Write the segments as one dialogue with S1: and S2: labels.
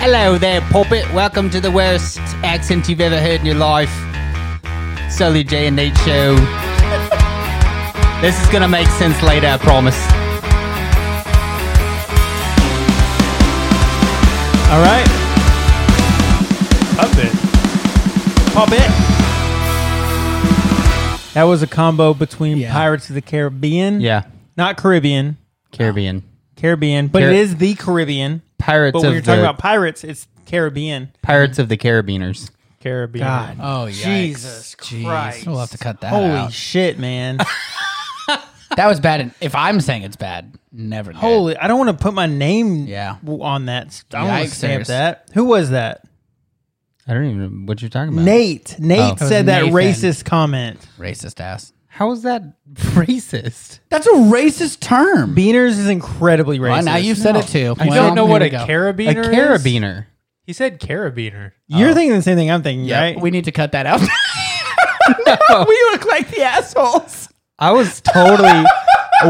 S1: Hello there, puppet. Welcome to the worst accent you've ever heard in your life. Sully J and Nate show. this is gonna make sense later, I promise.
S2: All right. Up it. Pop it. That was a combo between
S3: Yeah.
S2: Pirates of the Caribbean.
S1: Yeah,
S2: Not Caribbean.
S1: Caribbean
S2: Caribbean. But
S1: Car-
S2: it is the Caribbean.
S1: pirates
S2: But
S1: of
S2: when you're
S1: the
S2: talking about pirates, it's Caribbean.
S1: pirates of the Caribbeaners.
S2: Caribbean.
S3: Oh yeah.
S2: Jesus Christ.
S3: We'll have to cut that
S2: Holy
S3: out.
S2: shit, man.
S3: that was bad. And if I'm saying it's bad, never. good.
S2: Holy. I don't want to put my name
S3: Yeah.
S2: w- on that. I don't want
S3: Yikes,
S2: to stamp
S3: there's-
S2: that. Who was that?
S1: I don't even know what you're talking about.
S2: Nate. Nate
S3: Oh.
S2: said that
S3: Nathan.
S2: racist comment.
S3: racist ass.
S1: How is that racist?
S3: That's a racist term.
S2: Beaners is incredibly racist.
S3: well, now you've said it too.
S4: You
S3: Well,
S4: don't know
S3: here
S4: what
S3: we
S4: a
S3: go.
S1: A
S4: carabiner is?
S1: carabiner.
S4: He said carabiner.
S3: Oh.
S2: You're thinking the same thing I'm thinking,
S3: Yeah,
S2: right?
S3: we need to cut that out. No, we look like the assholes.
S1: I was totally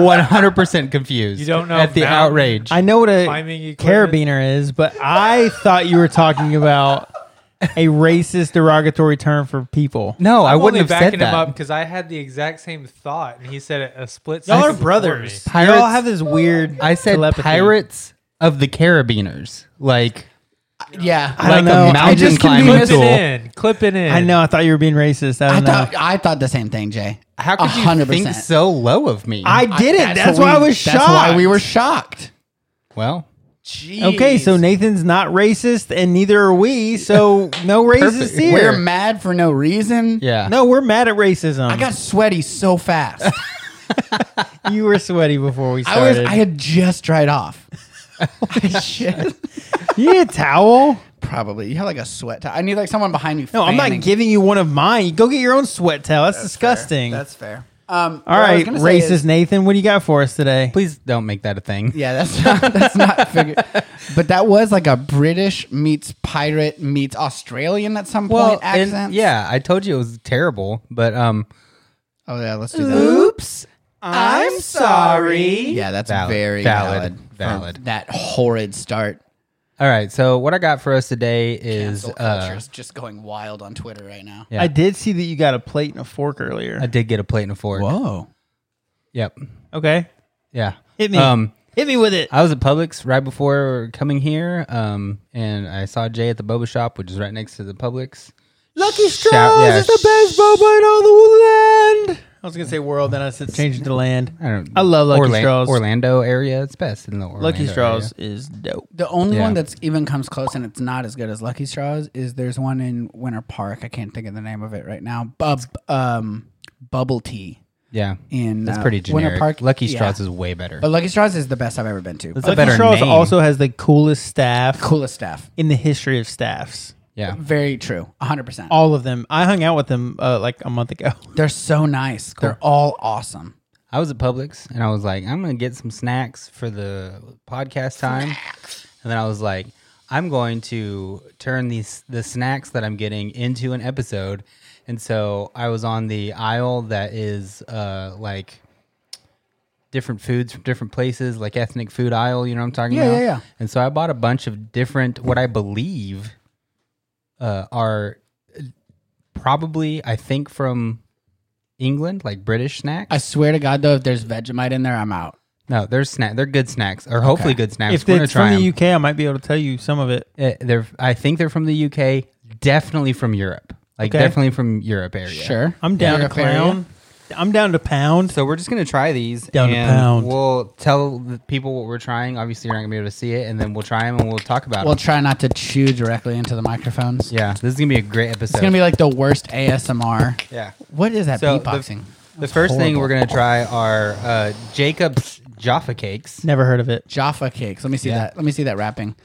S1: 100% confused.
S4: You don't know
S1: at the
S4: mountain-
S1: outrage.
S2: I know what a
S4: Climbing equipment.
S2: carabiner is, but I thought you were talking about a racist derogatory term for people.
S1: no, I
S4: I'm
S1: wouldn't have
S4: only
S1: said
S4: backing
S1: that.
S4: him up because I had the exact same thought, and he said it a split.
S2: Y'all are
S4: second before
S2: brothers.
S4: me.
S1: Pirates-
S2: Y'all have this weird.
S1: I said
S2: telepathy.
S1: pirates of the Carabiners, like
S3: Yeah.
S2: I don't
S1: like
S2: know.
S1: a
S2: I
S1: mountain
S3: just can be
S1: climbing
S3: mis-
S4: Clip
S1: tool.
S4: it in. Clip it in.
S2: I know. I thought you were being racist. I
S3: I
S2: don't know.
S3: thought I thought the same thing, Jay.
S1: How could you
S3: 100%.
S1: think so low of me?
S2: I didn't. That's, why I
S3: we-
S2: was shocked.
S3: That's why we were shocked.
S1: well,
S2: Okay, so Nathan's not racist, and neither are we. So no racist
S1: Perfect.
S2: here.
S3: we're mad for no reason.
S1: yeah,
S2: no, we're mad at racism.
S3: I got sweaty so fast.
S2: you were sweaty before we
S3: I was
S2: started.
S3: I had just dried off. Holy shit.
S2: you need a towel?
S3: Probably. You have like a sweat. towel. I need like someone behind me.
S2: No, I'm not
S3: fanning.
S2: giving you one of mine. Go get your own sweat towel. That's, disgusting.
S3: That's fair. Um,
S2: All right, racist Nathan, what do you got for us today?
S1: please don't make that a thing.
S3: yeah, that's not, that's not figure. But that was like a British meets pirate meets Australian at some
S1: Well,
S3: point
S1: and-
S3: accent.
S1: yeah, I told you it was terrible, but um,
S3: Oh yeah, let's do that.
S2: Oops, I'm sorry.
S3: Yeah, that's
S1: Valid,
S3: very
S1: valid,
S3: valid.
S1: valid.
S3: from That horrid start.
S1: all right. So what I got for us today is
S3: Cancel
S1: uh,
S3: culture is just going wild on Twitter right now.
S1: Yeah.
S2: I did see that you got a plate and a fork earlier.
S1: I did get a plate and a fork.
S3: Whoa.
S1: Yep.
S2: Okay,
S1: Yeah.
S2: hit me.
S1: Um,
S2: hit me with it.
S1: I was at Publix right before coming here, um, and I saw Jay at the boba shop, which is right next to the Publix.
S2: Lucky
S1: Shout- yeah, sh-
S2: boba in all Oh, the land. I was gonna say world, then I said change it to land.
S1: I don't.
S2: I love Lucky
S1: Orla-
S2: Straws.
S1: Orlando area, it's best in the Orlando
S2: Lucky Straws
S1: area.
S2: is dope.
S3: The only
S1: Yeah.
S3: one that's even comes close and it's not as good as Lucky Straws is there's one in Winter Park. I can't think of the name of it right now. Bub, um, bubble tea
S1: Yeah,
S3: in
S1: that's
S3: uh,
S1: pretty generic.
S3: Winter Park.
S1: Lucky
S3: Yeah. Oh.
S1: Straws is way better.
S3: But Lucky Straws is the best I've ever been to. Uh,
S1: That's a
S2: Lucky
S1: better
S2: Straws
S1: name.
S2: also has the coolest staff
S3: Coolest staff.
S2: in the history of staffs.
S1: yeah,
S3: Very true. 100%.
S2: All of them. I hung out with them uh, like a month ago.
S3: They're so nice. They're all awesome.
S1: I was at Publix and I was like, I'm gonna get some snacks for the podcast time, and then I was like, I'm going to turn these the snacks that I'm getting into an episode, and so I was on the aisle that is uh like different foods from different places, like ethnic food aisle. You know what I'm talking
S3: Yeah,
S1: about?
S3: yeah, yeah.
S1: And so I bought a bunch of different what I believe uh, are probably I think from England, like British snacks.
S3: I swear to God, though, if there's Vegemite in there, I'm out.
S1: No, they're snack. They're good snacks, or hopefully good snacks.
S2: if
S1: We're gonna
S2: it's from
S1: try
S2: the UK, I might be able to tell you some of it.
S1: them. Uh, they're. I think they're from the UK. Definitely from Europe. Like
S2: Okay.
S1: definitely from Europe area.
S3: Sure.
S2: I'm down
S3: You're
S2: to
S3: a fair
S2: clown. I'm down to pound.
S1: So we're just gonna try these.
S2: Down to
S1: and
S2: pound.
S1: We'll tell the people what we're trying. Obviously, you're not gonna be able to see it, and then we'll try them and we'll talk about
S3: We'll
S1: them.
S3: try not to chew directly into the microphones.
S1: Yeah, this is gonna be a great episode.
S3: It's going to be like the worst ASMR.
S1: yeah.
S3: What is that
S1: So the-
S3: beatboxing?
S1: The first thing
S3: horrible.
S1: we're gonna try are uh, Jacob's Jaffa cakes,
S2: Never heard of it.
S3: Jaffa cakes. Let me see that. Let me see that wrapping.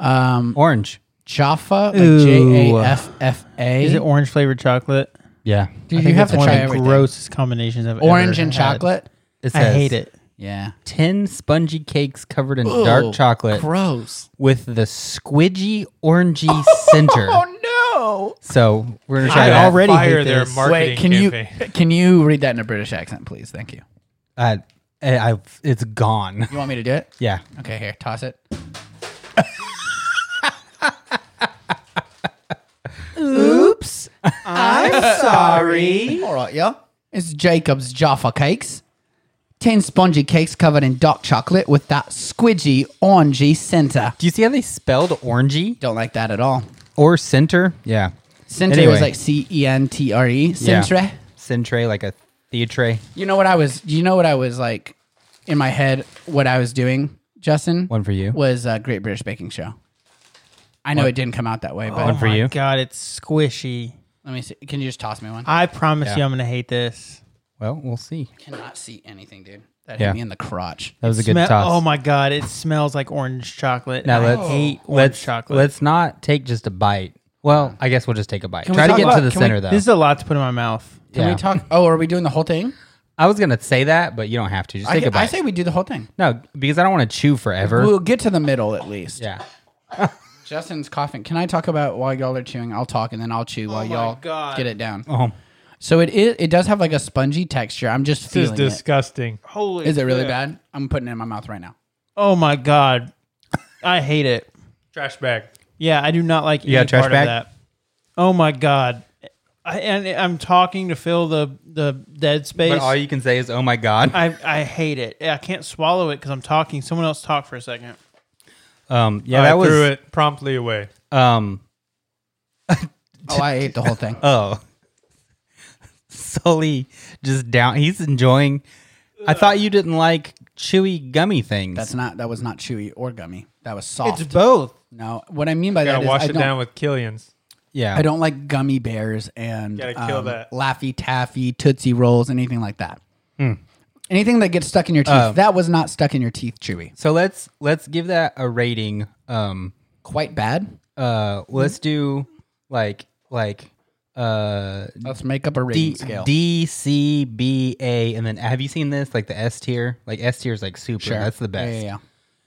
S3: Um,
S1: orange.
S3: Jaffa, like
S2: Ooh.
S3: J A F F A.
S2: Is it orange flavored chocolate?
S1: Yeah,
S3: Dude,
S2: I think
S3: you have
S2: that's
S3: to
S2: one
S3: try
S2: of the
S3: everything.
S2: grossest combinations I've
S3: Orange
S2: ever
S3: and
S2: had.
S3: chocolate.
S1: it
S2: I hate it.
S3: Yeah.
S1: Ten spongy cakes covered in dark
S3: Ooh,
S1: chocolate.
S3: Gross.
S1: with the squidgy orangey center.
S3: Oh
S1: So we're gonna try
S4: I
S1: that.
S2: already
S4: fire
S2: hate
S4: their
S2: this.
S3: no.
S4: marketing
S3: Wait, can you
S4: campaign.
S3: can you read that in a British accent, please? Thank you.
S1: Uh, I, I- it's gone.
S3: You want me to do it?
S1: Yeah.
S3: Okay, here, toss it.
S2: I'm sorry.
S3: All right, yeah. It's Jacob's Jaffa Cakes. 10 spongy cakes covered in dark chocolate with that squidgy, orangey center.
S1: Do you see how they spelled orangey
S3: Don't like that at all.
S1: or center? Yeah.
S3: Centre
S1: Anyway.
S3: was like C E N T R E.
S1: Yeah.
S3: Centre.
S1: Centre, like a theatre.
S3: You know what I was, you know what I was like in my head, what I was doing, Justin?
S1: One for you.
S3: Was uh, Great British Baking Show. I know it didn't come out that way, but
S1: One for
S2: Oh My
S1: you.
S2: God, it's squishy.
S3: let me see. Can you just toss me one? I
S2: I promise
S1: Yeah.
S2: you, I'm gonna hate this.
S1: Well, we'll see.
S3: cannot see anything, dude. That
S1: Yeah.
S3: hit me in the crotch.
S1: That was a good
S2: Smell-
S1: toss.
S2: Oh my God, it smells like orange chocolate.
S1: Now
S2: and
S1: let's
S2: I hate orange
S1: let's
S2: chocolate.
S1: let's not take just a bite. Well, I guess we'll just take a bite.
S3: we
S1: Try to
S3: talk
S1: get to
S3: about-
S1: the
S2: Can we-
S1: center though.
S2: This is a lot to put in my mouth.
S3: Can
S1: Yeah.
S3: we talk? Oh, are we doing the whole thing?
S1: I was gonna say that, but you don't have to. Just
S3: I,
S1: take a
S3: can- I
S1: bite.
S3: say we do the whole thing.
S1: no, because I don't want to chew forever.
S3: We'll get to the middle at least.
S1: Yeah.
S3: Justin's coughing. Can I talk about while y'all are chewing? I'll talk and then I'll chew while
S4: Oh my
S3: y'all
S4: God.
S3: get it down.
S1: Oh,
S3: So it is. It does have like a spongy texture. I'm just
S4: This is
S3: feeling it.
S4: disgusting. Holy.
S3: Is it really
S4: shit.
S3: bad? I'm putting it in my mouth right now.
S2: Oh my God, I hate it.
S4: Trash bag.
S2: Yeah, I do not like any
S1: got a trash
S2: part
S1: bag?
S2: of that. Oh my God, I, and I'm talking to fill the the dead space.
S1: but all you can say is, "Oh my god."
S2: I I hate it. I can't swallow it because I'm talking. Someone else talk for a second.
S1: Um, yeah,
S4: I
S1: that was.
S4: threw it promptly away.
S1: Um,
S3: Oh, I ate the whole
S4: Uh.
S3: thing.
S1: oh, Sully just down. He's enjoying. I thought you didn't like chewy gummy things.
S3: That's not. That was not chewy or gummy. That was soft.
S2: It's both.
S3: no, what I mean by that
S4: Gotta
S3: is
S4: wash
S3: I
S4: it
S3: don't-
S4: down with Killian's.
S1: yeah.
S3: I don't like gummy bears and
S4: Gotta kill
S3: um,
S4: that.
S3: Laffy Taffy, Tootsie Rolls, anything like that.
S1: Hmm.
S3: Anything that gets stuck in your teeth.
S1: Uh,
S3: that was not stuck in your teeth, Chewy.
S1: So let's let's give that a rating. Um,
S3: Quite bad.
S1: uh, let's do like like uh
S3: Let's make up a rating
S1: D
S3: scale.
S1: D C B A and then have you seen this like the S tier? Like S tier is like super. That's the
S3: Yeah,
S1: best.
S3: yeah, yeah.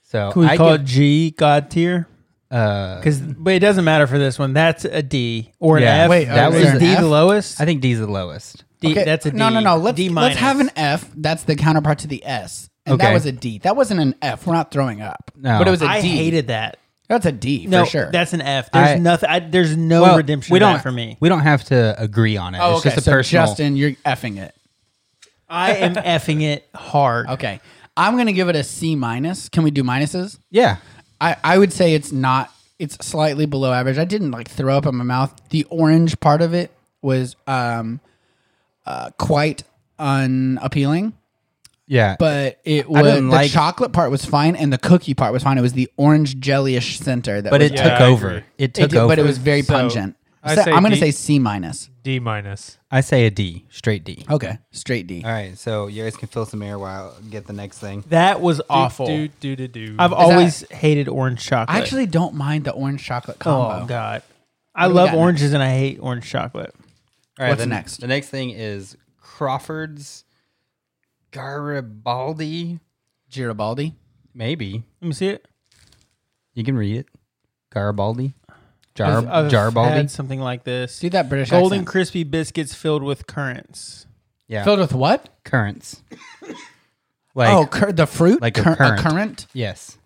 S1: So
S2: Can we
S1: I
S2: call
S1: give-
S2: it G God tier?
S1: uh,
S2: Because but it doesn't matter for this one. That's a D or an
S1: Yeah.
S2: F.
S1: Wait, oh,
S2: that was
S1: is there an
S2: D
S3: F?
S2: the lowest.
S1: I think D's the lowest.
S2: D,
S3: Okay,
S2: That's a D.
S3: No, no, no. Let's
S2: D
S3: let's
S2: minus.
S3: have an F. That's the counterpart to the S. And that
S1: Okay.
S3: was a D. That wasn't an F. We're not throwing up.
S1: No.
S3: But it was a D.
S2: I hated that.
S3: That's a D for
S2: No,
S3: sure.
S2: that's an F. There's
S1: I-
S2: nothing. I, there's no
S1: Well,
S2: redemption.
S1: we
S2: of that
S1: don't
S2: for me.
S1: We don't have to agree on it.
S3: oh,
S1: it's
S3: okay.
S1: just a
S3: so
S1: personal.
S3: Justin, you're effing it.
S2: I am effing it hard.
S3: Okay. I'm gonna give it a C minus. Can we do minuses?
S1: yeah.
S3: I, I would say it's not it's slightly below average. I didn't like throw up in my mouth. The orange part of it was um uh quite unappealing,
S1: Yeah.
S3: but it was
S1: didn't
S3: the
S1: like-
S3: chocolate part was fine and the cookie part was fine. It was the orange jellyish center that
S1: but
S3: was
S1: it
S4: Yeah,
S1: took
S4: I
S1: over.
S4: agree.
S1: It
S3: it
S1: took
S3: did-
S1: over.
S3: but it was very
S4: So,
S3: pungent.
S4: I
S3: So
S4: say
S3: I'm going to say
S4: D-
S3: C minus.
S4: D minus.
S1: I say a D, straight D.
S3: Okay, straight D.
S1: All right, so you guys can fill some air while I get the next thing.
S2: That was awful.
S4: Do do do do.
S2: I've always hated orange chocolate.
S3: I actually don't mind the orange chocolate combo.
S2: oh god, I
S3: do we
S2: love
S3: got
S2: oranges and I hate orange chocolate.
S1: All right,
S3: What's
S1: the,
S3: next?
S1: The next thing is Crawford's Garibaldi.
S3: Giribaldi.
S1: Maybe
S2: Let me see it.
S1: you can read it. Garibaldi, Jar
S2: I've- I've
S1: Jarbaldi.
S2: uh, had something like this.
S3: Do that British
S2: Golden
S3: accent.
S2: crispy biscuits filled with currants.
S1: yeah,
S3: Filled with what?
S1: currants. like
S3: oh, cur- the fruit?
S1: like a
S3: Cur-
S1: current.
S3: A current?
S1: yes,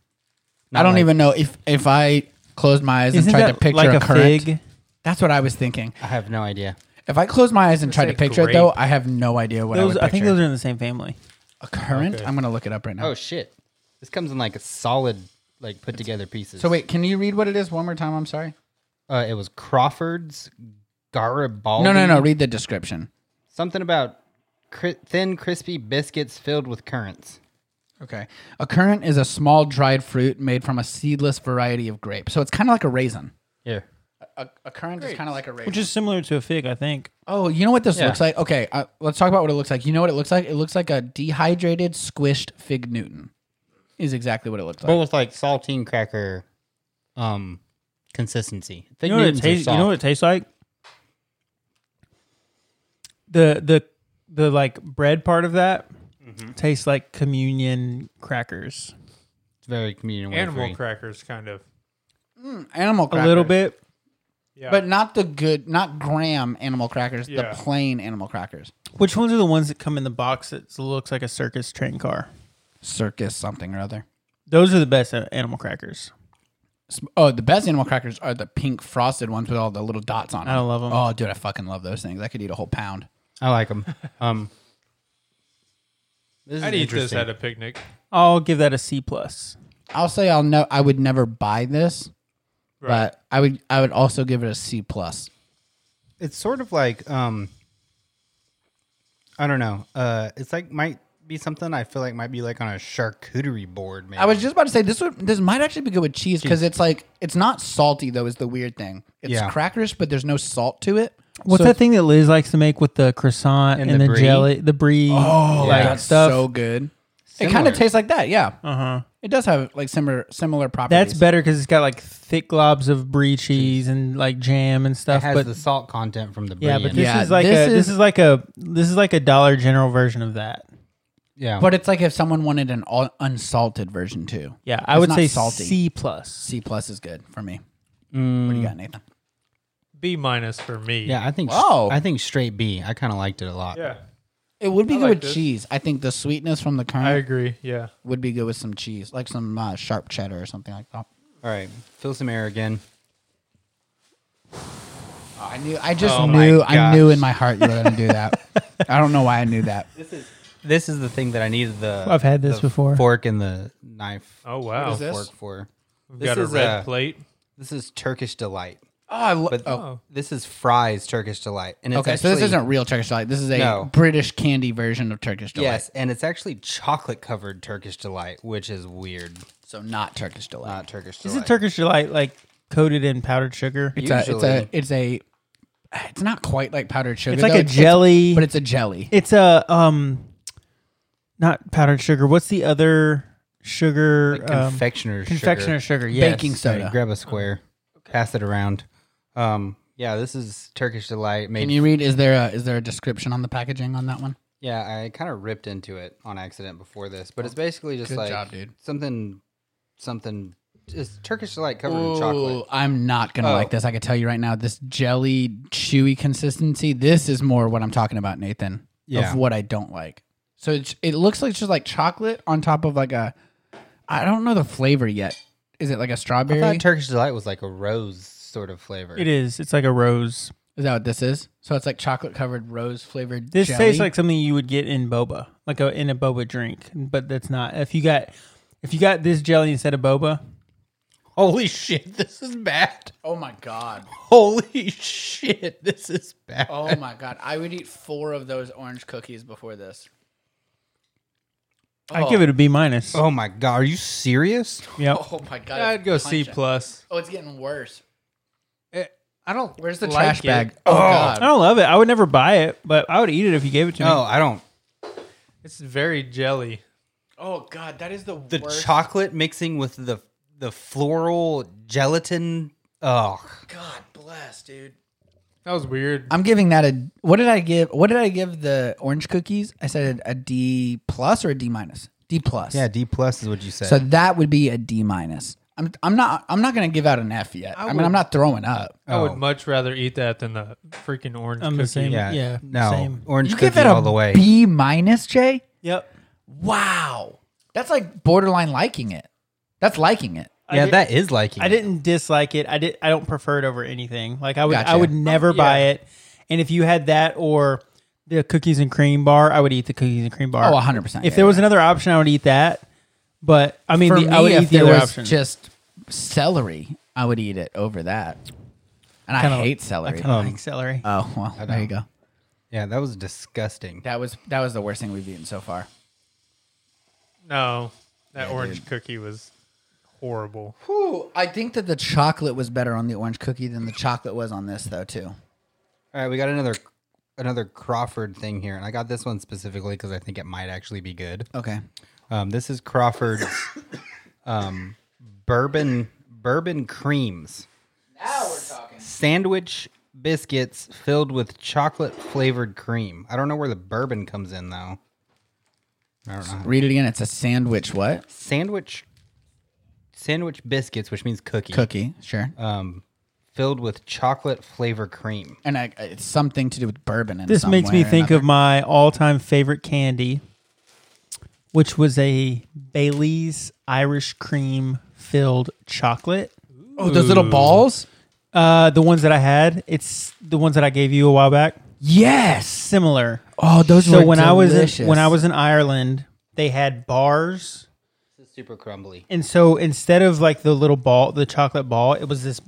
S3: I don't
S1: like-
S3: even know if if I closed my eyes and
S2: Isn't
S3: tried
S2: that
S3: to picture
S2: like
S3: a,
S2: a
S3: current.
S2: fig?
S3: That's what I was thinking.
S1: I have no idea.
S3: If I closed my eyes and tried to
S4: like
S3: picture it,
S4: grape.
S3: though, I have no idea what
S2: Those,
S3: I would picture.
S2: I think those are in the same family.
S3: a current. I'm gonna look it up right now.
S1: Oh shit! This comes in like a solid, like put together pieces.
S3: so wait, can you read what it is one more time? I'm sorry.
S1: uh, it was Crawford's Garibaldi.
S3: No, no, no. Read the description.
S1: Something about cri- thin, crispy biscuits filled with currants.
S3: Okay. A currant is a small dried fruit made from a seedless variety of grape. So it's kind of like a raisin.
S1: Here,
S3: A, a currant is kind of like a raisin.
S2: Which is similar to a fig, I think.
S3: oh, you know what this
S1: Yeah.
S3: looks like? Okay, uh, let's talk about what it looks like. You know what it looks like? It looks like a dehydrated, squished fig Newton. Is exactly what it looks like.
S1: but with like saltine cracker, um, consistency. Fig
S2: You know, what it
S1: Newtons are
S2: tastes, you know
S1: soft.
S2: what it tastes like? The the the like bread part of that
S3: Mm-hmm.
S2: tastes like communion crackers.
S1: It's very communion
S4: Animal
S1: wafer-y.
S4: crackers, kind of.
S3: Animal
S2: A little
S3: crackers.
S2: bit.
S4: Yeah.
S3: But not the good, not graham animal crackers,
S4: Yeah.
S3: the plain animal crackers.
S2: Which ones are the ones that come in the box that looks like a circus train car?
S3: Circus something or other.
S2: Those are the best uh, animal crackers.
S3: Sm- Oh, the best animal crackers are the pink frosted ones with all the little dots on them.
S2: I love 'em.
S3: Oh, dude, I fucking love those things. I could eat a whole pound.
S1: I like them. Um, this is
S4: I'd eat this
S1: interesting.
S4: at a picnic.
S2: I'll give that a C plus.
S3: I'll say I'll no. I would never buy this,
S4: Right.
S3: but I would. I would also give it a C plus.
S1: it's sort of like um I don't know. Uh it's like might be something I feel like might be like on a charcuterie board maybe.
S3: I was just about to say this would this might actually be good with cheese because it's like it's not salty though is the weird thing. It's
S1: Yeah.
S3: crackers, but there's no salt to it.
S2: What's
S3: So-
S2: that thing that Liz likes to make with the croissant
S1: And
S2: and,
S1: the
S2: the,
S1: brie?
S2: jelly, the brie?
S3: Oh,
S1: like
S3: that's
S2: stuff.
S3: so good. It kind
S1: Similar.
S3: of tastes like that. Yeah,
S2: uh huh.
S3: it does have like similar similar properties.
S2: That's better because it's got like thick globs of brie cheese and like jam and
S1: it
S2: stuff.
S1: has
S2: but
S1: the salt content from the brie.
S2: yeah, but
S1: in
S2: this
S1: it.
S3: Yeah,
S2: is like
S3: this
S2: a this
S3: is-
S2: is like a this is like a Dollar General version of that.
S1: yeah.
S3: But it's like if someone wanted an all, unsalted version too.
S2: Yeah, I
S3: It's
S2: would
S3: not
S2: say
S3: salty.
S2: C plus.
S3: C plus is good for me. What do you got, Nathan?
S4: B minus for me.
S1: yeah, I think
S3: Wow.
S1: I think straight B. I kind of liked it a lot.
S4: Yeah.
S3: It would be good
S4: like
S3: with
S4: this.
S3: cheese. I think the sweetness from the
S4: I
S3: currant
S4: agree. Yeah.
S3: would be good with some cheese, like some uh, sharp cheddar or something like that.
S1: All right. Fill some air again.
S3: I knew. I just
S1: Oh my
S3: knew. I
S1: gosh.
S3: knew in my heart you were going to do that. I don't know why I knew that.
S1: This is the thing that I needed the
S2: I've had this
S1: the
S2: before.
S1: Fork and the knife
S4: Oh wow.
S3: is this?
S1: fork for.
S4: We've
S1: This
S4: got a
S1: is
S4: red
S1: a-
S4: plate.
S1: This is Turkish delight.
S3: Oh, I lo-
S1: But
S3: oh.
S1: this is fries Turkish delight. And it's
S3: okay. so this
S1: actually-
S3: isn't real Turkish delight. This is a
S1: No.
S3: British candy version of Turkish delight.
S1: Yes, and it's actually chocolate covered Turkish delight, which is weird.
S3: So not Turkish delight.
S1: Not Turkish
S2: Is
S1: delight.
S2: it Turkish delight like coated in powdered sugar?
S3: it's a. It's a.
S1: usually-
S3: It's a. It's not quite like powdered sugar.
S2: It's like
S3: though.
S2: a jelly.
S3: but it's a jelly.
S2: It's a um, not powdered sugar. What's the other sugar? um,
S1: confectioner's sugar.
S2: confectioner sugar. yes.
S3: Baking
S1: All right,
S3: soda.
S1: grab a square,
S2: Oh,
S1: pass it around. Um, yeah, this is Turkish delight. Made,
S3: Can you read? Is there a is there a description on the packaging on that one?
S1: yeah, I kind of ripped into it on accident before this, but it's basically just
S3: Good
S1: like
S3: job, dude.
S1: something, something. It's Turkish delight covered in chocolate.
S3: I'm not gonna
S1: Oh.
S3: like this. I can tell you right now, this jelly chewy consistency. This is more what I'm talking about, Nathan.
S1: Yeah.
S3: Of what I don't like. So it's, it looks like it's just like chocolate on top of like a. I don't know the flavor yet. Is it like a
S1: I
S3: strawberry?
S1: thought Turkish delight was like a rose sort of flavor.
S2: It is. It's like a rose.
S3: is that what this is? So it's like chocolate covered rose flavored.
S2: This
S3: jelly?
S2: tastes like something you would get in boba, like a in a boba drink, but that's not. If you got if you got this jelly instead of boba,
S1: Holy shit, this is bad.
S3: Oh my god!
S1: Holy shit, this is bad.
S3: Oh my god! I would eat four of those orange cookies before this.
S2: I give it a B minus.
S1: Oh my god, are you serious?
S2: Yep.
S3: Oh my god!
S4: I'd go C plus.
S3: Oh, it's getting worse.
S4: Eh, I don't.
S3: Where's the
S4: like
S3: trash
S4: it.
S3: bag? Oh,
S2: I
S3: god.
S2: don't love it. I would never buy it, but I would eat it if you gave it to me.
S1: No, I don't.
S4: It's very jelly.
S3: Oh god, that is the,
S1: The
S3: worst.
S1: chocolate mixing with the the floral gelatin. Oh,
S3: god bless, dude.
S4: That was weird.
S3: I'm giving that a what did I give what did I give the orange cookies? I said a D plus or a D minus? D plus.
S1: yeah, D plus is what you said.
S3: So that would be a D minus. I'm I'm not I'm not gonna give out an F yet. I, mean
S4: would-
S3: I'm not throwing up.
S4: I would much rather eat that than the freaking orange
S2: I'm
S4: cookie.
S2: the same.
S1: yeah,
S2: Yeah.
S1: no,
S2: Same.
S1: orange
S3: You
S1: cookie
S3: give it a
S1: all the way.
S3: B minus, Jay?
S2: Yep.
S3: Wow. That's like borderline liking it. That's liking it.
S1: yeah, that is liking.
S2: I
S1: it.
S2: didn't dislike it. I did. I don't prefer it over anything. Like I would. I
S3: Gotcha.
S2: would never buy it. And if you had that or the cookies and cream bar, I would eat the cookies and cream bar.
S3: Oh, 100%.
S2: If there was another option, I would eat that. But I mean,
S3: For
S2: the,
S3: me,
S2: I would
S3: if
S2: eat the
S3: there
S2: other
S3: was
S2: option.
S3: just celery, I would eat it over that. And I
S2: Kinda-
S3: hate
S2: I
S3: celery.
S2: kind of like celery.
S3: oh well, there you go.
S1: Yeah, that was disgusting.
S3: That was that was the worst thing we've eaten so far.
S4: No, that orange cookie was horrible.
S3: Whew, I think that the chocolate was better on the orange cookie than the chocolate was on this though too.
S1: All right, we got another another Crawford thing here, and I got this one specifically because I think it might actually be good.
S3: Okay.
S1: Um, this is Crawford's um, bourbon bourbon creams.
S3: Now we're talking.
S1: sandwich biscuits filled with chocolate flavored cream. I don't know where the bourbon comes in though. I don't know.
S3: Read it again. It's a sandwich what?
S1: Sandwich sandwich biscuits, which means cookie,
S3: Cookie, sure.
S1: um, filled with chocolate flavor cream.
S3: and I, it's something to do with bourbon in
S2: This
S3: some
S2: makes
S3: way
S2: me
S3: or
S2: think
S3: another.
S2: of my all-time favorite candy, which was a Bailey's Irish cream filled chocolate.
S3: Oh, those little balls?
S2: Uh, the ones that I had, it's the ones that I gave you a while back.
S3: Yes.
S2: Similar.
S3: Oh, those
S2: so
S3: were
S2: when I was in,
S3: delicious.
S2: when I was in Ireland, they had bars,
S1: This is super crumbly.
S2: and so instead of like the little ball, the chocolate ball, it was this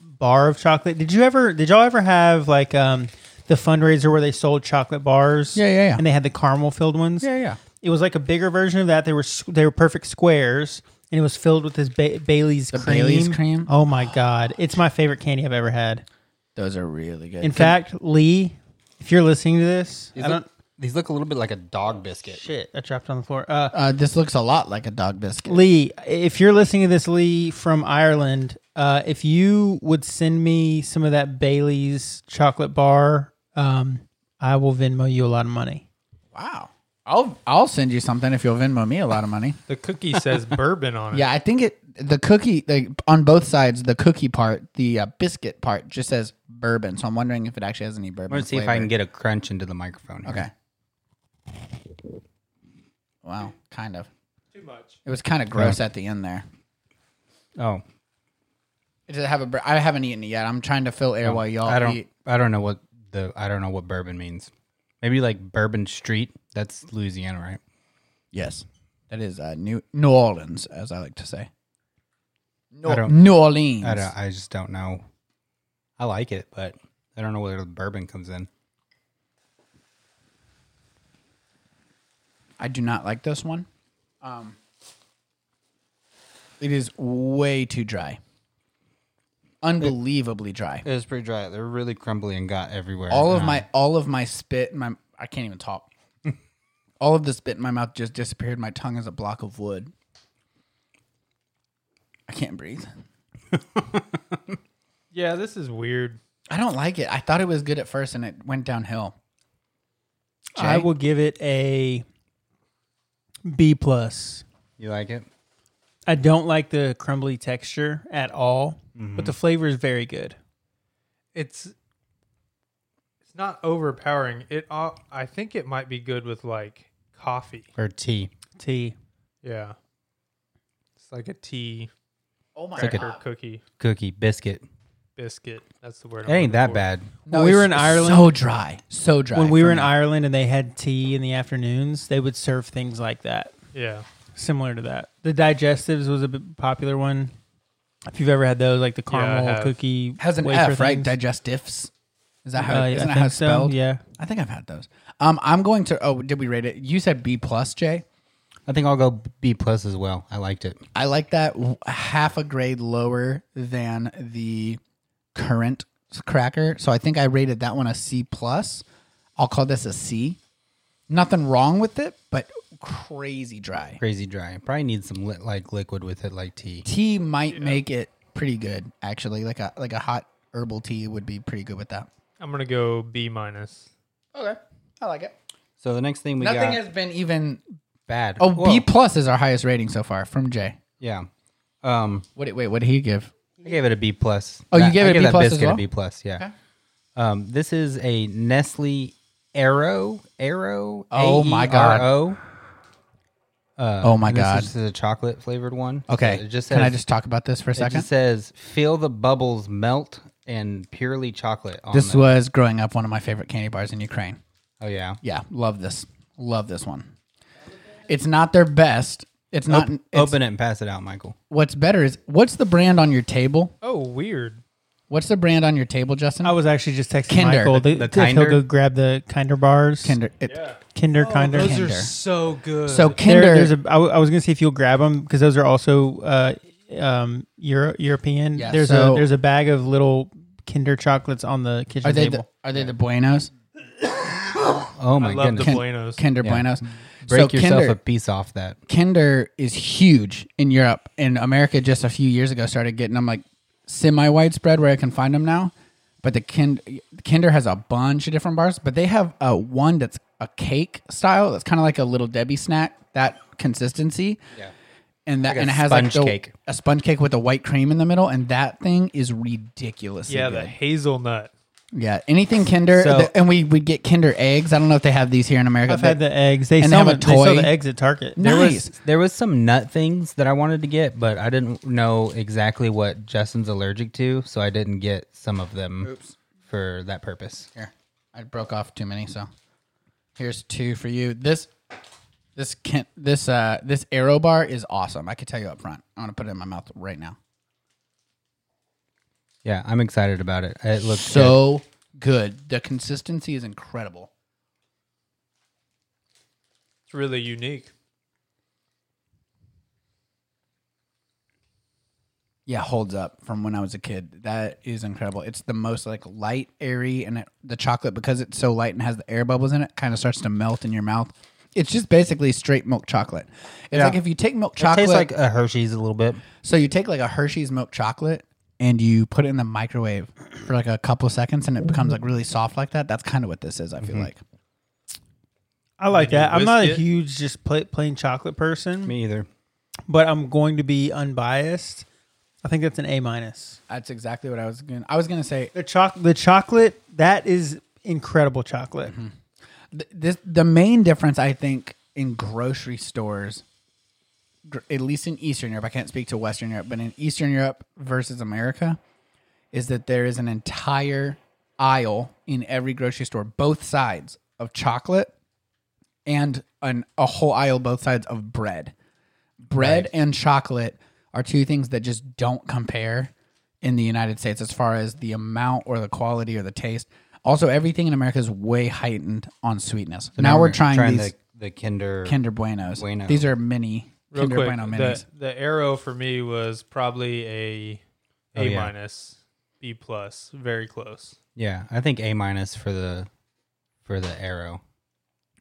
S2: bar of chocolate. Did you ever? Did y'all ever have like um the fundraiser where they sold chocolate bars?
S3: Yeah, yeah, yeah.
S2: And they had the caramel filled ones.
S3: Yeah, yeah.
S2: It was like a bigger version of that. They were s- they were perfect squares, and it was filled with this ba- Bailey's cream.
S3: Bailey's cream?
S2: Oh my god, it's my favorite candy I've ever had.
S3: Those are really good.
S2: In fact, Lee, if you're listening to this,
S1: These
S2: I don't.
S1: look, these look a little bit like a dog biscuit.
S2: Shit, I dropped it on the floor. Uh,
S3: uh, this looks a lot like a dog biscuit.
S2: Lee, if you're listening to this, Lee from Ireland, uh, if you would send me some of that Bailey's chocolate bar, um, I will Venmo you a lot of money.
S3: Wow. I'll I'll send you something if you'll Venmo me a lot of money.
S4: The cookie says bourbon on it.
S3: Yeah, I think it the cookie like on both sides, the cookie part, the uh, biscuit part just says bourbon. So I'm wondering if it actually has any bourbon.
S1: I'm gonna see if I can get a crunch into the microphone. here.
S3: Okay. Wow, kind of.
S4: Too much.
S3: It was kind of gross at the end there.
S1: Oh,
S3: Does it have a bur- I haven't eaten it yet. I'm trying to fill air while y'all
S1: I don't.
S3: eat.
S1: I don't know what the. I don't know what bourbon means. Maybe like Bourbon Street. That's Louisiana, right?
S3: Yes. That is uh, New New Orleans, as I like to say.
S1: I
S3: New,
S1: don't-
S3: New Orleans.
S1: I don't. I just don't know. I like it, but I don't know where the bourbon comes in.
S3: I do not like this one. Um, it is way too dry. Unbelievably dry.
S1: It was pretty dry. They're really crumbly and got everywhere.
S3: All of
S1: Um,
S3: my all of my spit in my I can't even talk. all of the spit in my mouth just disappeared. My tongue is a block of wood. I can't breathe.
S4: Yeah, this is weird.
S3: I don't like it. I thought it was good at first and it went downhill.
S2: I
S3: Jay?
S2: will give it a B plus.
S1: You like it?
S2: I don't like the crumbly texture at all,
S3: Mm-hmm.
S2: but the flavor is very good.
S4: It's it's not overpowering. It all, I think it might be good with like coffee.
S1: Or tea?
S2: Tea.
S4: Yeah. It's like a tea
S3: Oh my
S1: like a-
S4: cracker cookie
S1: Cookie biscuit.
S4: biscuit. That's the word.
S1: It ain't that bad.
S3: No,
S2: we
S3: it's
S2: were in Ireland-
S3: So dry. So dry.
S2: When we
S3: for
S2: were in
S3: me.
S2: Ireland and they had tea in the afternoons, they would serve things like that.
S4: Yeah.
S2: similar to that. The digestives was a b- popular one. If you've ever had those, like the
S4: Yeah, I
S2: caramel
S4: have.
S2: cookie,
S3: has an
S2: wafer
S3: F, right?
S2: things.
S3: Digestives. Is that
S2: Uh,
S3: how?
S2: I
S3: isn't that
S2: think
S3: how it's
S2: so,
S3: spelled?
S2: Yeah,
S3: I think I've had those. Um, I'm going to. Oh, did we rate it? You said B plus, Jay.
S1: I think I'll go B plus as well. I liked it.
S3: I like that w- half a grade lower than the current cracker. So I think I rated that one a C plus. I'll call this a C. Nothing wrong with it, but crazy dry.
S1: Crazy dry. Probably need some li- like liquid with it, like tea.
S3: Tea might make it pretty good, actually. Like a like a hot herbal tea would be pretty good with that.
S4: I'm gonna go B minus.
S3: Okay, I like it.
S1: So the next thing we
S3: Nothing
S1: got
S3: has been even.
S1: bad.
S3: Oh,
S1: Whoa.
S3: B plus is our highest rating so far from Jay.
S1: Yeah. Um,
S3: What? did- Wait, what did he give?
S1: I gave it a B plus.
S3: Oh, you
S1: That-
S3: gave
S1: I
S3: it a
S1: gave
S3: B
S1: that
S3: plus as
S1: biscuit
S3: well?
S1: a B plus. Yeah.
S3: Okay.
S1: Um, this is a Nestle Arrow Arrow.
S3: Oh, my God.
S1: A-E-R-O.
S3: oh
S1: E
S3: my
S1: And this
S3: god.
S1: is- This is a chocolate flavored one. So
S3: okay.
S1: it just says,
S3: Can I just talk about this for a
S1: it
S3: second?
S1: just says feel the bubbles melt and purely chocolate. On
S3: This
S1: them.
S3: was growing up one of my favorite candy bars in Ukraine.
S1: Oh yeah.
S3: Yeah, love this. Love this one. It's not their best. It's not. it's-
S1: Open it and pass it out, Michael.
S3: What's better is what's the brand on your table?
S4: Oh, weird.
S3: What's the brand on your table, Justin?
S2: I was actually just texting
S3: Kinder.
S2: Michael. The,
S1: The
S2: if he'll
S1: Kinder?
S2: go grab the Kinder bars.
S3: Kinder. It,
S2: Kinder, Kinder.
S4: Oh, Those
S3: Kinder.
S4: are so good.
S3: So
S2: There-
S3: Kinder.
S2: there's a. I, w- I was gonna see if you'll grab them because those are also uh, um, Euro, European.
S3: Yeah,
S2: there's
S3: so-
S2: a there's a bag of little Kinder chocolates on the kitchen
S3: are they the,
S2: table.
S3: are they the Buenos?
S1: Oh my
S4: I love
S1: goodness.
S4: the Buenos.
S3: Kinder Buenos.
S1: Break
S3: so
S1: yourself
S3: Kinder,
S1: a piece off that.
S3: Kinder is huge in Europe and America. Just a few years ago, started getting them like semi widespread where I can find them now. But the kind, Kinder has a bunch of different bars, but they have uh, one that's a cake style. That's kind of like a little Debbie snack. That consistency. Yeah. And that
S1: a
S3: and it has like
S1: sponge
S3: the-
S1: cake.
S3: a sponge cake with a white cream in the middle, and that thing is ridiculous.
S4: yeah, the hazelnut.
S3: Yeah, anything Kinder,
S1: So-
S3: the- and we would get Kinder eggs. I don't know if they have these here in America.
S2: I've had
S3: but
S2: the eggs. They
S3: And they
S2: sell,
S3: have a
S2: the- they sell
S3: toy.
S2: the eggs at Target.
S3: No.
S1: There
S3: Nice.
S1: was there was some nut things that I wanted to get, but I didn't know exactly what Justin's allergic to, so I didn't get some of them for that purpose.
S3: Here, I broke off too many, so here's two for you. This, this can this uh this arrow bar is awesome. I could tell you up front. I'm gonna put it in my mouth right now.
S1: Yeah, I'm excited about it. It looks so
S3: So good. The consistency is incredible.
S4: It's really unique.
S3: Yeah, holds up from when I was a kid. That is incredible. It's the most like light, airy, and it, the chocolate because it's so light and has the air bubbles in it, kind of starts to melt in your mouth. It's just basically straight milk chocolate. It's like if you take milk
S1: good. It
S3: chocolate,
S1: tastes like a Hershey's a little bit.
S3: so you take like a Hershey's milk chocolate and you put it in the microwave for like a couple seconds, and it becomes like really soft like that. That's kind of what this is. I feel like.
S2: I like
S4: Maybe
S2: that. I'm not a
S4: biscuit.
S2: huge just pla plain chocolate person,
S1: Me either.
S2: but I'm going to be unbiased. I think that's an A minus.
S3: That's exactly what I was gonna. I was gonna say
S2: The choc the chocolate that is incredible chocolate.
S3: th- this the main difference I think in grocery stores, gr- at least in Eastern Europe. I can't speak to Western Europe, but in Eastern Europe versus America, is that there is an entire aisle in every grocery store, both sides of chocolate, and an, a whole aisle both sides of bread. Bread and chocolate are two things that just don't compare in the United States as far as the amount or the quality or the taste. Also, everything in America is way heightened on sweetness. now, we're, trying, these
S1: the, the Kinder.
S3: Kinder Buenos.
S1: Bueno.
S3: These are mini
S4: Real
S3: Kinder
S4: quick,
S3: Bueno minis.
S4: the, the arrow for me was probably a
S1: Oh,
S4: A
S1: yeah.
S4: minus, B plus, very close.
S1: Yeah, I think A minus for the for the arrow.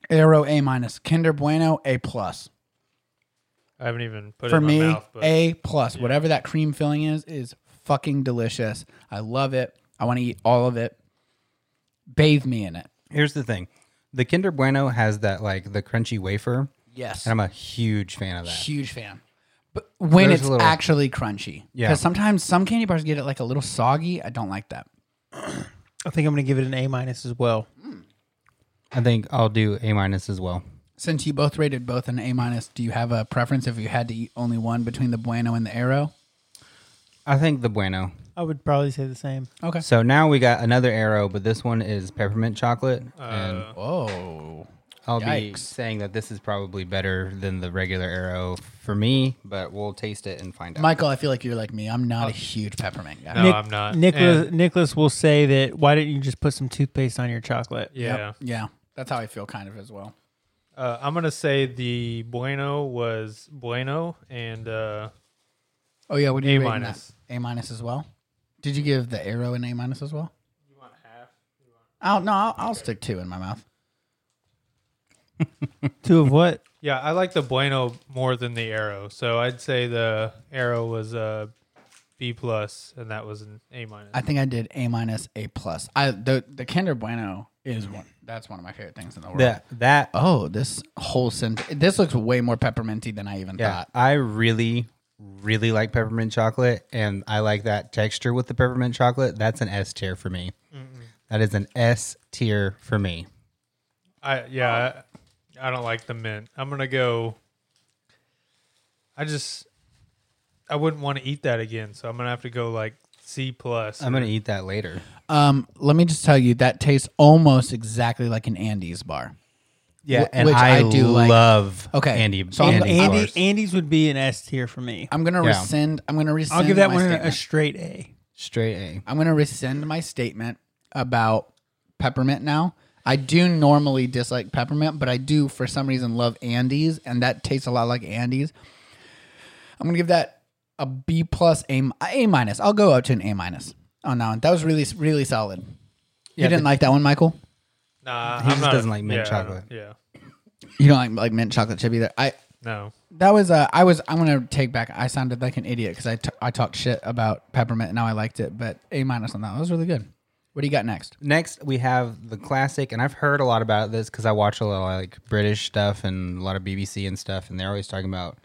S3: Arrow A minus, Kinder Bueno A plus.
S4: I haven't even put
S3: for
S4: it in
S3: me
S4: my mouth, but
S3: a plus whatever that cream filling is is fucking delicious i love it i want to eat all of it bathe me in it
S1: Here's the thing. The Kinder Bueno has that like the crunchy wafer,
S3: yes
S1: and I'm a huge fan of that.
S3: huge fan but when
S1: There's
S3: it's
S1: a little-
S3: actually crunchy
S1: Yeah.
S3: because sometimes some candy bars get it like a little soggy i don't like that
S2: I think I'm going to give it an A minus as well.
S1: I think I'll do A minus as well.
S3: since you both rated both an a minus do you have a preference if you had to eat only one between the bueno and the arrow
S1: I think the Bueno.
S2: I would probably say the same.
S3: okay
S1: So now we got another arrow, but this one is peppermint chocolate,
S3: Uh,
S1: and
S3: oh
S1: I'll be
S3: yikes.
S1: saying that this is probably better than the regular arrow for me, but we'll taste it and find out.
S3: michael i feel like you're like me i'm not a
S4: Uh,
S3: huge peppermint guy
S4: No, I'm not.
S2: Nicholas
S4: Uh, And-
S2: Nicholas will say that why didn't you just put some toothpaste on your chocolate?
S4: yeah.
S3: yeah that's how i feel kind of as well
S4: Uh, I'm gonna say the bueno was bueno, and uh,
S3: Oh yeah, what do
S4: A
S3: you rate
S4: minus.
S3: that? A minus as well. Did you give the arrow an A minus as well? You want half? Oh no, I'll, I'll stick two in my mouth.
S2: Two of what?
S4: yeah, I like the bueno more than the arrow. So I'd say the arrow was a B plus, and that was an A minus.
S3: I think I did A minus, A plus. I the the Kinder Bueno is one. That's one of my favorite things in the world.
S1: that that
S3: Oh, this whole scent. This looks way more pepperminty than I even
S1: yeah,
S3: thought.
S1: I really really like peppermint chocolate, and I like that texture with the peppermint chocolate. That's an S tier for me. That is an S tier for me.
S4: I yeah, I, I don't like the mint. I'm gonna go. I just I wouldn't want to eat that again, so I'm gonna have to go like C plus.
S1: I'm gonna eat that later.
S3: Um, let me just tell you that tastes almost exactly like an Andes bar.
S1: Yeah,
S3: Wh-
S1: and
S3: which
S1: I,
S3: I do like.
S1: love
S3: Okay,
S1: Andy.
S3: so I'm-
S1: Andy,
S2: Andy
S1: bars.
S2: Andy's would be an S tier for me.
S3: I'm gonna
S1: Yeah.
S3: rescind. I'm gonna rescind.
S2: I'll give that
S3: my
S2: one a-
S3: statement.
S2: a straight A.
S1: straight A.
S3: I'm going to rescind my statement about peppermint now. I do normally dislike peppermint, but I do for some reason love Andes, and that tastes a lot like Andes. I'm going to give that a B plus, A, a minus. I'll go up to an A minus on that one. That was really, really solid. You didn't like that one, Michael?
S4: nah,
S1: He
S4: I'm
S1: just
S4: not-
S1: doesn't like mint
S4: yeah, I don't-
S1: chocolate.
S4: Yeah,
S3: You don't like, like mint chocolate chip either. I
S4: no.
S3: that was uh, I was I'm gonna take back. I sounded like an idiot because I t- I talked shit about peppermint and now I liked it, but A minus on that. That was really good. What do you got next?
S1: Next, we have the classic, and I've heard a lot about this because I watch a lot of like British stuff and a lot of BBC and stuff, and they're always talking about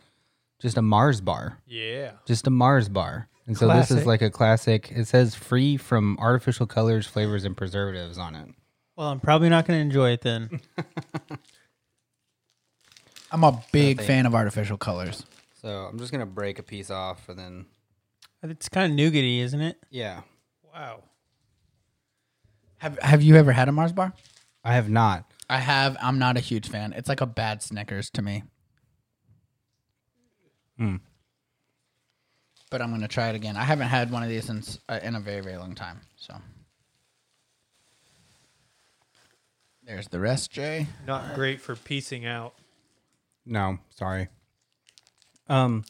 S1: just a Mars bar,
S4: Yeah,
S1: just a Mars bar. And so this is
S2: Classic.
S1: like a classic. It says free from artificial colors, flavors, and preservatives on it.
S2: Well, I'm probably not going to enjoy it then.
S3: I'm a big fan of artificial colors.
S1: So I'm just gonna break a piece off and then
S2: It's kind of nougaty, isn't it?
S1: yeah.
S4: Wow.
S3: Have Have you ever had a Mars bar?
S1: I have not.
S3: I have. I'm not a huge fan. It's like a bad Snickers to me.
S1: Hmm.
S3: But I'm gonna try it again. I haven't had one of these since uh, in a very very long time. So there's the rest, Jay.
S4: Not great for piecing out.
S1: No, sorry. Um,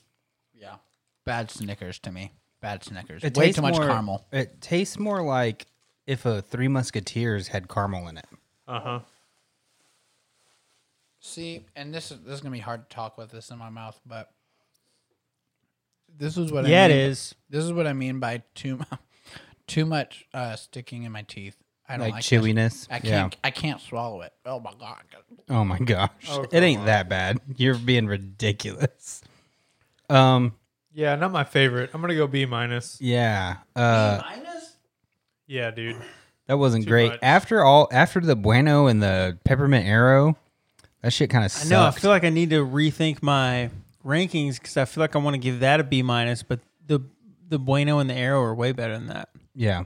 S3: Yeah, bad Snickers to me. Bad Snickers.
S1: it
S3: Way
S1: tastes
S3: too much
S1: more-
S3: caramel.
S1: It tastes more like if a Three Musketeers had caramel in it.
S4: Uh huh.
S3: See, and this is this is gonna be hard to talk with this in my mouth, but this is what
S2: yeah,
S3: I
S2: it
S3: mean.
S2: is.
S3: This is what I mean by too mu- too much uh, sticking in my teeth. I don't
S1: Like
S3: like, this.
S1: chewiness.
S3: I
S1: Yeah.
S3: can't. I can't swallow it. Oh my god.
S1: Oh my gosh.
S4: Oh,
S1: it
S4: come
S1: ain't
S4: on.
S1: that bad. You're being ridiculous. Um,
S4: Yeah, not my favorite. I'm gonna go B minus.
S1: yeah. Uh
S3: Minus.
S4: Yeah, dude.
S1: that wasn't
S4: Too
S1: great.
S4: much.
S1: After all after the bueno and the peppermint arrow, that shit kind of
S2: I know. I
S1: sucked.
S2: feel like I need to rethink my rankings because I feel like I want to give that a B minus, but the the Bueno and the Arrow are way better than that.
S1: yeah.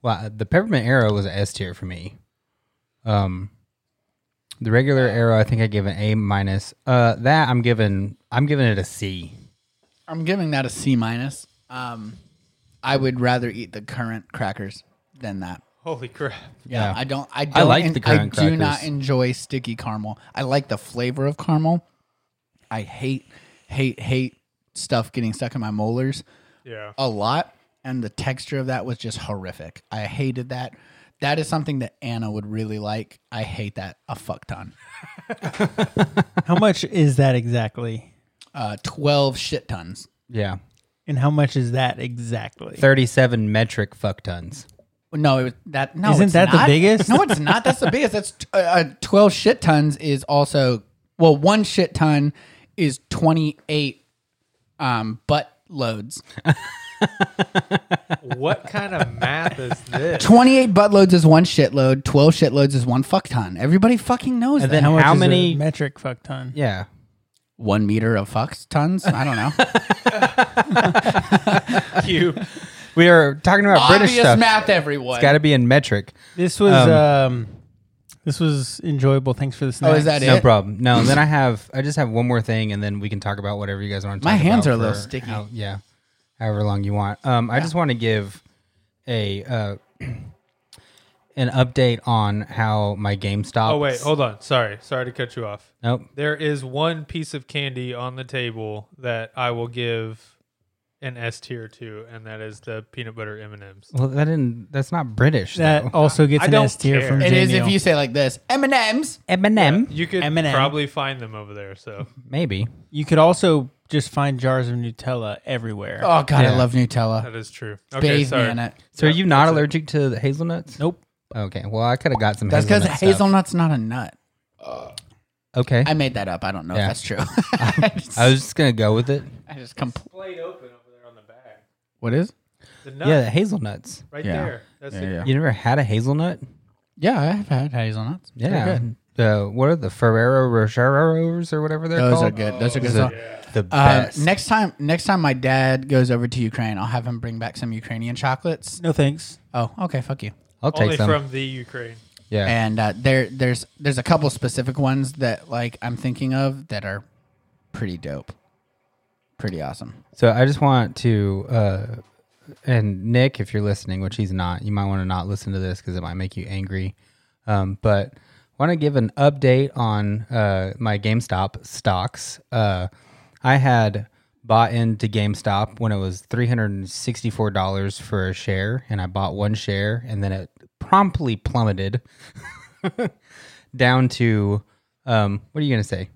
S1: Well, uh, the peppermint arrow was an S tier for me. Um the regular arrow I think I gave an A minus. Uh that I'm giving I'm giving it a C.
S3: I'm giving that a C minus. Um, I would rather eat the current crackers than that.
S4: Holy crap.
S3: Yeah,
S1: Yeah.
S3: I don't. I don't.
S1: like
S3: en-
S1: the current
S3: I do not
S1: crackers.
S3: enjoy sticky caramel. I like the flavor of caramel. I hate, hate, hate stuff getting stuck in my molars.
S4: Yeah.
S3: a lot, and the texture of that was just horrific. I hated that. That is something that Anna would really like. I hate that a fuck ton.
S2: How much is that exactly?
S3: Uh, Twelve shit tons.
S1: Yeah.
S2: And how much is that exactly?
S1: 37 metric fuck tons.
S3: No, it was that. No,
S2: Isn't
S3: it's
S2: that the
S3: not.
S2: biggest?
S3: No, it's not. That's the biggest. That's t- uh, uh, twelve shit tons is also well, one shit ton is twenty eight um, butt loads.
S4: What kind of math is this?
S3: Twenty eight butt loads is one shit load. Twelve shit loads is one fuck ton. Everybody fucking knows
S1: And
S3: that.
S1: then how,
S2: much is a
S1: many
S2: metric fuck ton?
S1: Yeah.
S3: one meter of fucks tons. I don't know.
S4: Cube.
S1: We are talking about British
S3: Obvious
S1: stuff.
S3: math, everyone.
S1: It's got to be in metric.
S2: This was um, this was enjoyable. Thanks for the snacks.
S3: Oh, is that it?
S1: No problem. No, then I have I just have one more thing, and then we can talk about whatever you guys want to.
S3: My
S1: talk
S3: hands
S1: about
S3: are a little
S1: for
S3: sticky.
S1: how- yeah, however long you want. Um, I just want to give a uh, an update on how my GameStop.
S4: Oh wait, hold on. Sorry, sorry to cut you off.
S1: nope.
S4: There is one piece of candy on the table that I will give an S tier to, and that is the peanut butter M and M's.
S1: Well, that didn't. That's not British.
S2: That
S1: though.
S2: also gets
S4: I
S2: an
S4: don't
S2: S tier
S4: care.
S2: from
S3: It is if
S2: Jamie.
S3: you say like this M and M's.
S1: Eminem.
S4: You could
S2: M&M.
S4: probably find them over there. So
S1: Maybe.
S2: You could also just find jars of Nutella everywhere.
S3: Oh God, I
S1: Yeah.
S3: love Nutella.
S4: that is true. Okay,
S3: Bathe me
S4: sorry.
S3: in it.
S1: So, are you not allergic to the hazelnuts?
S2: Nope.
S1: Okay. Well, I could have got some.
S3: That's because
S1: hazelnut stuff.
S3: hazelnut's not a nut.
S1: Okay.
S3: I made that up. I don't know
S1: Yeah.
S3: if that's true. I just,
S1: I was just gonna go with it.
S3: I just compl-
S4: Plate open over there on the bag.
S3: What is?
S4: The nut
S1: Yeah, the hazelnuts.
S4: right
S3: Yeah.
S4: there. That's
S3: Yeah,
S4: it.
S3: yeah.
S1: You never had a hazelnut?
S3: Yeah, I've had hazelnuts. They're
S1: Yeah.
S3: good.
S1: The what are the Ferrero Rocheros or whatever they're
S3: those
S1: called?
S3: are good. Those are good.
S1: Those are
S3: as well.
S1: the
S3: Uh,
S1: best.
S3: next time, next time my dad goes over to Ukraine, I'll have him bring back some Ukrainian chocolates.
S2: No thanks.
S3: Oh, okay, fuck you.
S1: I'll
S4: Only
S1: take some.
S4: from the Ukraine.
S1: yeah.
S3: And uh, there, there's there's a couple specific ones that like I'm thinking of that are pretty dope, pretty awesome.
S1: So I just want to uh and Nick, if you're listening, which he's not, you might want to not listen to this because it might make you angry. Um, but want to give an update on uh, my GameStop stocks. Uh, I had bought into GameStop when it was three hundred and sixty-four dollars for a share, and I bought one share, and then it promptly plummeted down to um, what are you going to say?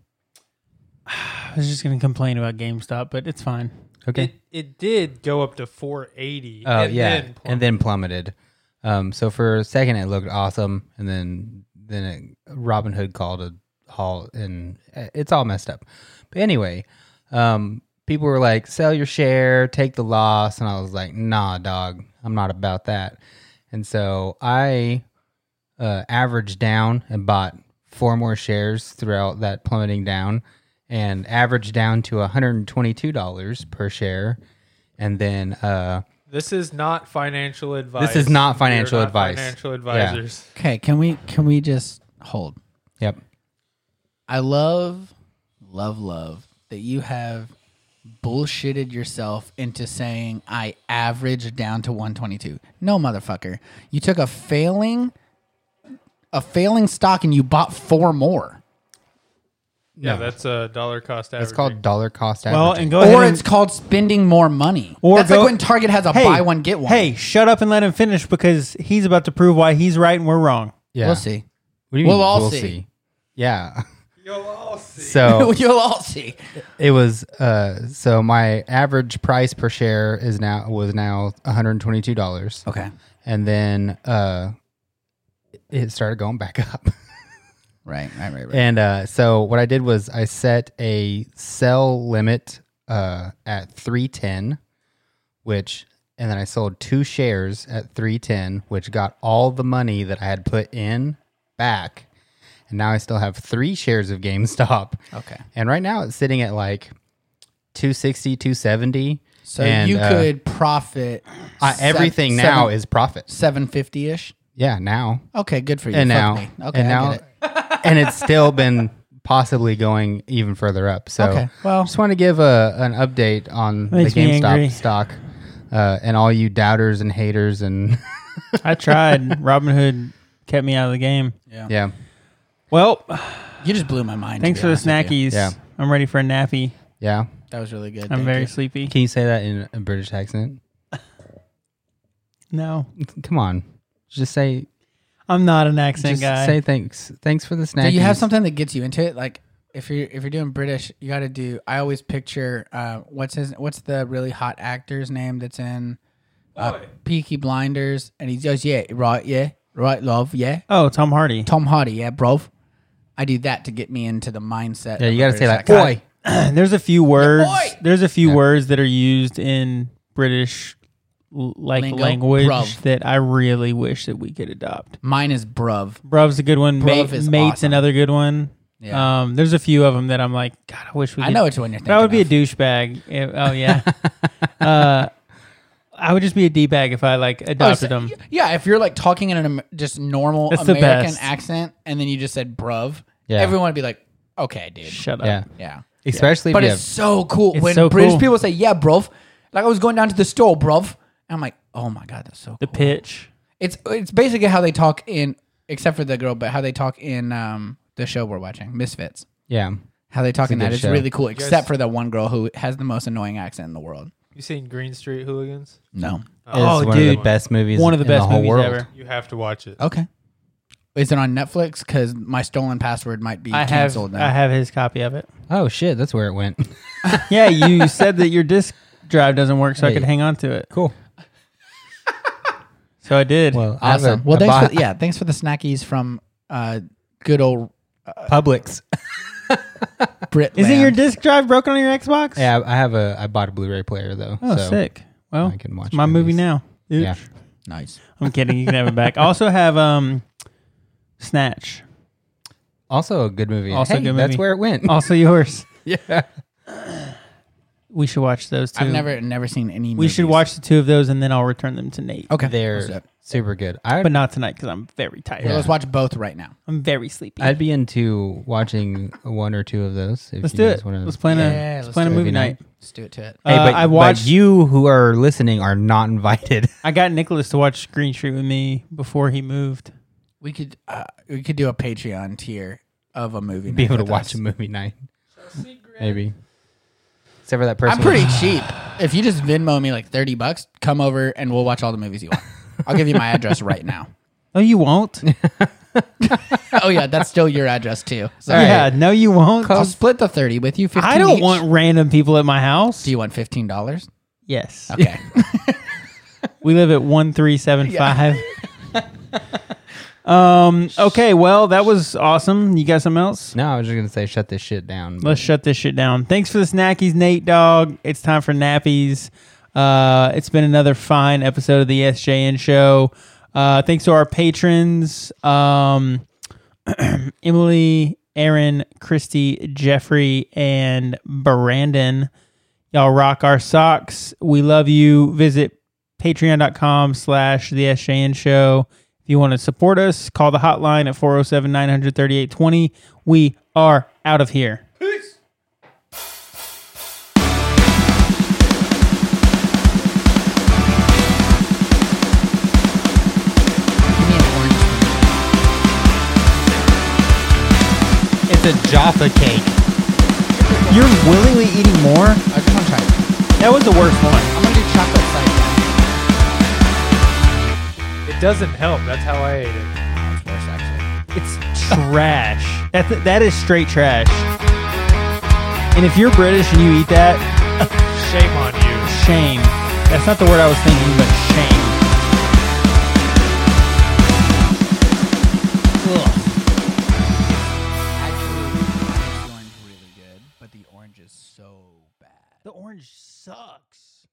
S2: I was just gonna complain about GameStop, but it's fine.
S1: Okay,
S4: It it did go up to 480.
S1: Oh yeah,
S4: plummeted.
S1: and then plummeted. Um, so for a second it looked awesome, and then then it, uh, Robin Hood called a halt, and it's all messed up. But anyway, um, people were like, sell your share, take the loss. And I was like, nah, dog, I'm not about that. And so I uh, averaged down and bought four more shares throughout that plummeting down and averaged down to $122 per share. And then, uh,
S4: This is not financial advice.
S1: is not
S4: We are
S1: financial
S4: not
S1: advice.
S4: Financial advisors.
S3: Okay, can we can we just hold?
S1: yep.
S3: I love, love, love that you have bullshitted yourself into saying I averaged down to 122. No, motherfucker. You took a failing, a failing stock, and you bought four more.
S4: Yeah, that's a dollar cost average.
S1: It's called dollar cost averaging.
S2: Well, and go ahead.
S3: Or
S2: and-
S3: it's called spending more money.
S2: or
S3: That's
S2: go-
S3: like when Target has a
S2: Hey,
S3: buy one get one.
S2: Hey, shut up and let him finish because he's about to prove why he's right and we're wrong.
S1: yeah.
S3: we'll see.
S1: What do you
S3: We'll
S1: mean,
S3: all see.
S1: Yeah.
S4: You'll all see.
S2: Oh.
S1: So
S3: You'll all see.
S1: it was. Uh, so my average price per share is now was now one hundred twenty two dollars,
S3: Okay,
S1: and then uh, it started going back up.
S3: right, right, right, right.
S1: and uh, so what I did was I set a sell limit uh, at three ten, which and then I sold two shares at three ten, which got all the money that I had put in back, and now I still have three shares of GameStop.
S3: okay.
S1: And right now it's sitting at like 260, 270.
S3: So
S1: And,
S3: you
S1: uh,
S3: could profit.
S1: I,
S3: sev-
S1: everything
S3: seven-
S1: now is profit.
S3: 750 ish.
S1: Yeah, now.
S3: Okay, good for you.
S1: And
S3: Fuck
S1: now.
S3: me. Okay,
S1: and
S3: I
S1: now.
S3: get it.
S1: and it's still been possibly going even further up. So
S3: Okay, well-
S1: just want to give a, an update on the
S2: Makes me angry.
S1: GameStop stock uh, and all you doubters and haters and
S2: I tried. Robin Hood kept me out of the game.
S1: yeah.
S2: Well,
S3: You just blew my mind.
S2: thanks
S3: to
S2: for
S3: be
S2: the
S3: honest with you.
S2: snackies.
S1: Yeah.
S2: I'm ready for a nappy.
S1: Yeah.
S3: That was really good.
S2: I'm
S3: Thank
S2: very
S3: you.
S2: sleepy.
S1: Can you say that in a British accent?
S2: No,
S1: Come on. Just say
S2: I'm not an accent
S1: just
S2: guy.
S1: say thanks. Thanks for the snack.
S3: Do you have something that gets you into it? Like if you're if you're doing British, you got to do. I always picture uh, what's his what's the really hot actor's name that's in uh, Peaky Blinders, and he goes, yeah, right, yeah, right, love, yeah.
S2: oh, Tom Hardy.
S3: Tom Hardy, yeah, bro. I do that to get me into the mindset.
S1: Yeah,
S3: of
S1: you
S3: a
S1: got to say like,
S3: British
S1: boy.
S3: accent.
S2: there's a few words.
S3: boy!
S2: There's a few words that are used in British l- like
S3: Lingo.
S2: language
S3: Bruv.
S2: that I really wish that we could adopt.
S3: Mine is bruv.
S2: Bruv's a good one.
S3: Bruv
S2: Mate-
S3: is
S2: mate's
S3: awesome.
S2: another good one.
S3: Yeah.
S2: Um, there's a few of them that I'm like, God, I wish we.
S3: I
S2: Could.
S3: know which one you're
S2: But
S3: thinking.
S2: I would be a
S3: of.
S2: douchebag. if- oh yeah. uh, I would just be a d bag if I like
S3: Oh,
S2: adopted
S3: so-
S2: them.
S3: Yeah, if you're like talking in an Am- just normal
S2: That's the
S3: American
S2: best.
S3: accent, and then you just said "bruv,"
S1: Yeah.
S3: everyone would be like, "Okay, dude."
S2: Shut up.
S1: Yeah.
S3: Yeah,
S1: Especially
S3: but
S1: if you
S3: it's so cool
S2: It's
S3: when
S2: so
S3: British
S2: cool.
S3: people say, "Yeah, bruv." Like I was going down to the store, bruv, and I'm like, "Oh my god, that's so."
S2: The
S3: Cool.
S2: pitch.
S3: It's it's basically how they talk in, except for the girl, but how they talk in um the show we're watching, Misfits.
S1: have yeah.
S3: How they talk in
S1: a
S3: that
S1: good
S3: is
S1: show.
S3: really cool,
S4: guys-
S3: except for the one girl who has the most annoying accent in the world.
S4: You seen Green Street Hooligans?
S3: No.
S1: It's
S2: Oh,
S1: one of
S2: dude.
S1: the best movies.
S2: One of the
S1: in
S2: best
S1: whole
S2: movies
S1: world.
S2: ever.
S4: You have to watch it.
S3: Okay. Is it on Netflix? Because my stolen password might be
S2: I have.
S3: canceled now.
S2: I have his copy of it.
S1: Oh shit, that's where it went.
S2: Yeah, you said that your disk drive doesn't work, so I
S1: Hey.
S2: could hang on to it.
S1: cool.
S2: So I did.
S1: Well, I have
S3: Awesome.
S1: a,
S3: Well,
S1: a
S3: thanks.
S1: bo-
S3: For, yeah, thanks for the snackies from uh, good old
S1: Publix.
S3: Brit.
S2: Isn't
S3: land.
S2: your disk drive broken on your Xbox?
S1: Yeah, I I have a. I bought a Blu-ray player though.
S2: Oh,
S1: so
S2: sick. Well,
S1: I can watch
S2: it's my movie
S1: movies.
S2: now. Oops.
S1: Yeah.
S3: nice?
S2: I'm kidding. You can have it back. I also have um, Snatch.
S1: Also a good movie.
S2: Also a
S1: Hey,
S2: good
S1: That's
S2: movie. Oh,
S1: where it went.
S2: Also yours.
S1: yeah.
S2: We should watch those two.
S3: I've never never seen any.
S2: We should
S3: movies.
S2: watch the two of those, and then I'll return them to Nate.
S3: Okay, let's do
S1: They're
S3: it.
S1: super good. I
S2: But
S1: would
S2: not tonight because I'm very tired.
S3: Let's watch both right now.
S2: I'm very sleepy.
S1: I'd be into watching one or two of those. If
S2: let's
S1: you
S2: do
S1: guys
S2: it.
S1: wanna-
S2: Let's plan
S3: Yeah,
S2: a let's
S3: let's
S2: plan a
S3: do it.
S2: movie
S1: Movie
S2: night.
S1: night.
S3: Let's do it to it.
S1: Hey,
S2: Uh,
S1: but,
S2: I
S1: but
S2: watched.
S1: you who are listening are not invited.
S2: I got Nicholas to watch Green Street with me before he moved.
S3: We could uh, we could do a Patreon tier of a movie.
S1: Be
S3: night
S1: able to
S3: with
S1: watch
S3: us.
S1: a movie night. Maybe. Except for that person.
S3: I'm pretty cheap. If you just Venmo me like thirty bucks, come over and we'll watch all the movies you want. I'll give you my address right now.
S2: Oh, you won't?
S3: Oh yeah, that's still your address too. So
S2: Yeah, no, you won't.
S3: I'll split the thirty with you. 15
S2: Um, I don't
S3: each.
S2: want random people at my house.
S3: Do you want fifteen dollars?
S2: yes,
S3: Okay.
S2: we live at one three seven five. Um, okay, well, that was awesome. You got something else?
S1: No, I was just gonna say shut this shit down. but-
S2: Let's shut this shit down. Thanks for the snackies, Nate Dog. It's time for nappies. Uh, it's been another fine episode of the SJN show. Uh, thanks to our patrons, um, Emily, Aaron, Christy, Jeffrey, and Brandon. Y'all rock our socks. We love you. Visit patreon.com slash the SJN show. If you want to support us, call the hotline at 407 900 3820. We are out of here.
S3: Give me an orange.
S1: It's a Jaffa cake.
S2: You're willingly eating more?
S3: I just want to Uh, try it.
S2: That was the worst one.
S3: I'm gonna do chocolate side down.
S4: It doesn't help. That's how I ate it.
S3: That's worse actually.
S2: It's trash. That's, that is straight trash. And if you're British and you eat that,
S4: Shame on you.
S2: shame. That's not the word I was thinking, but shame.
S3: Actually, this one's really good, but the orange is so bad.
S2: The orange sucks.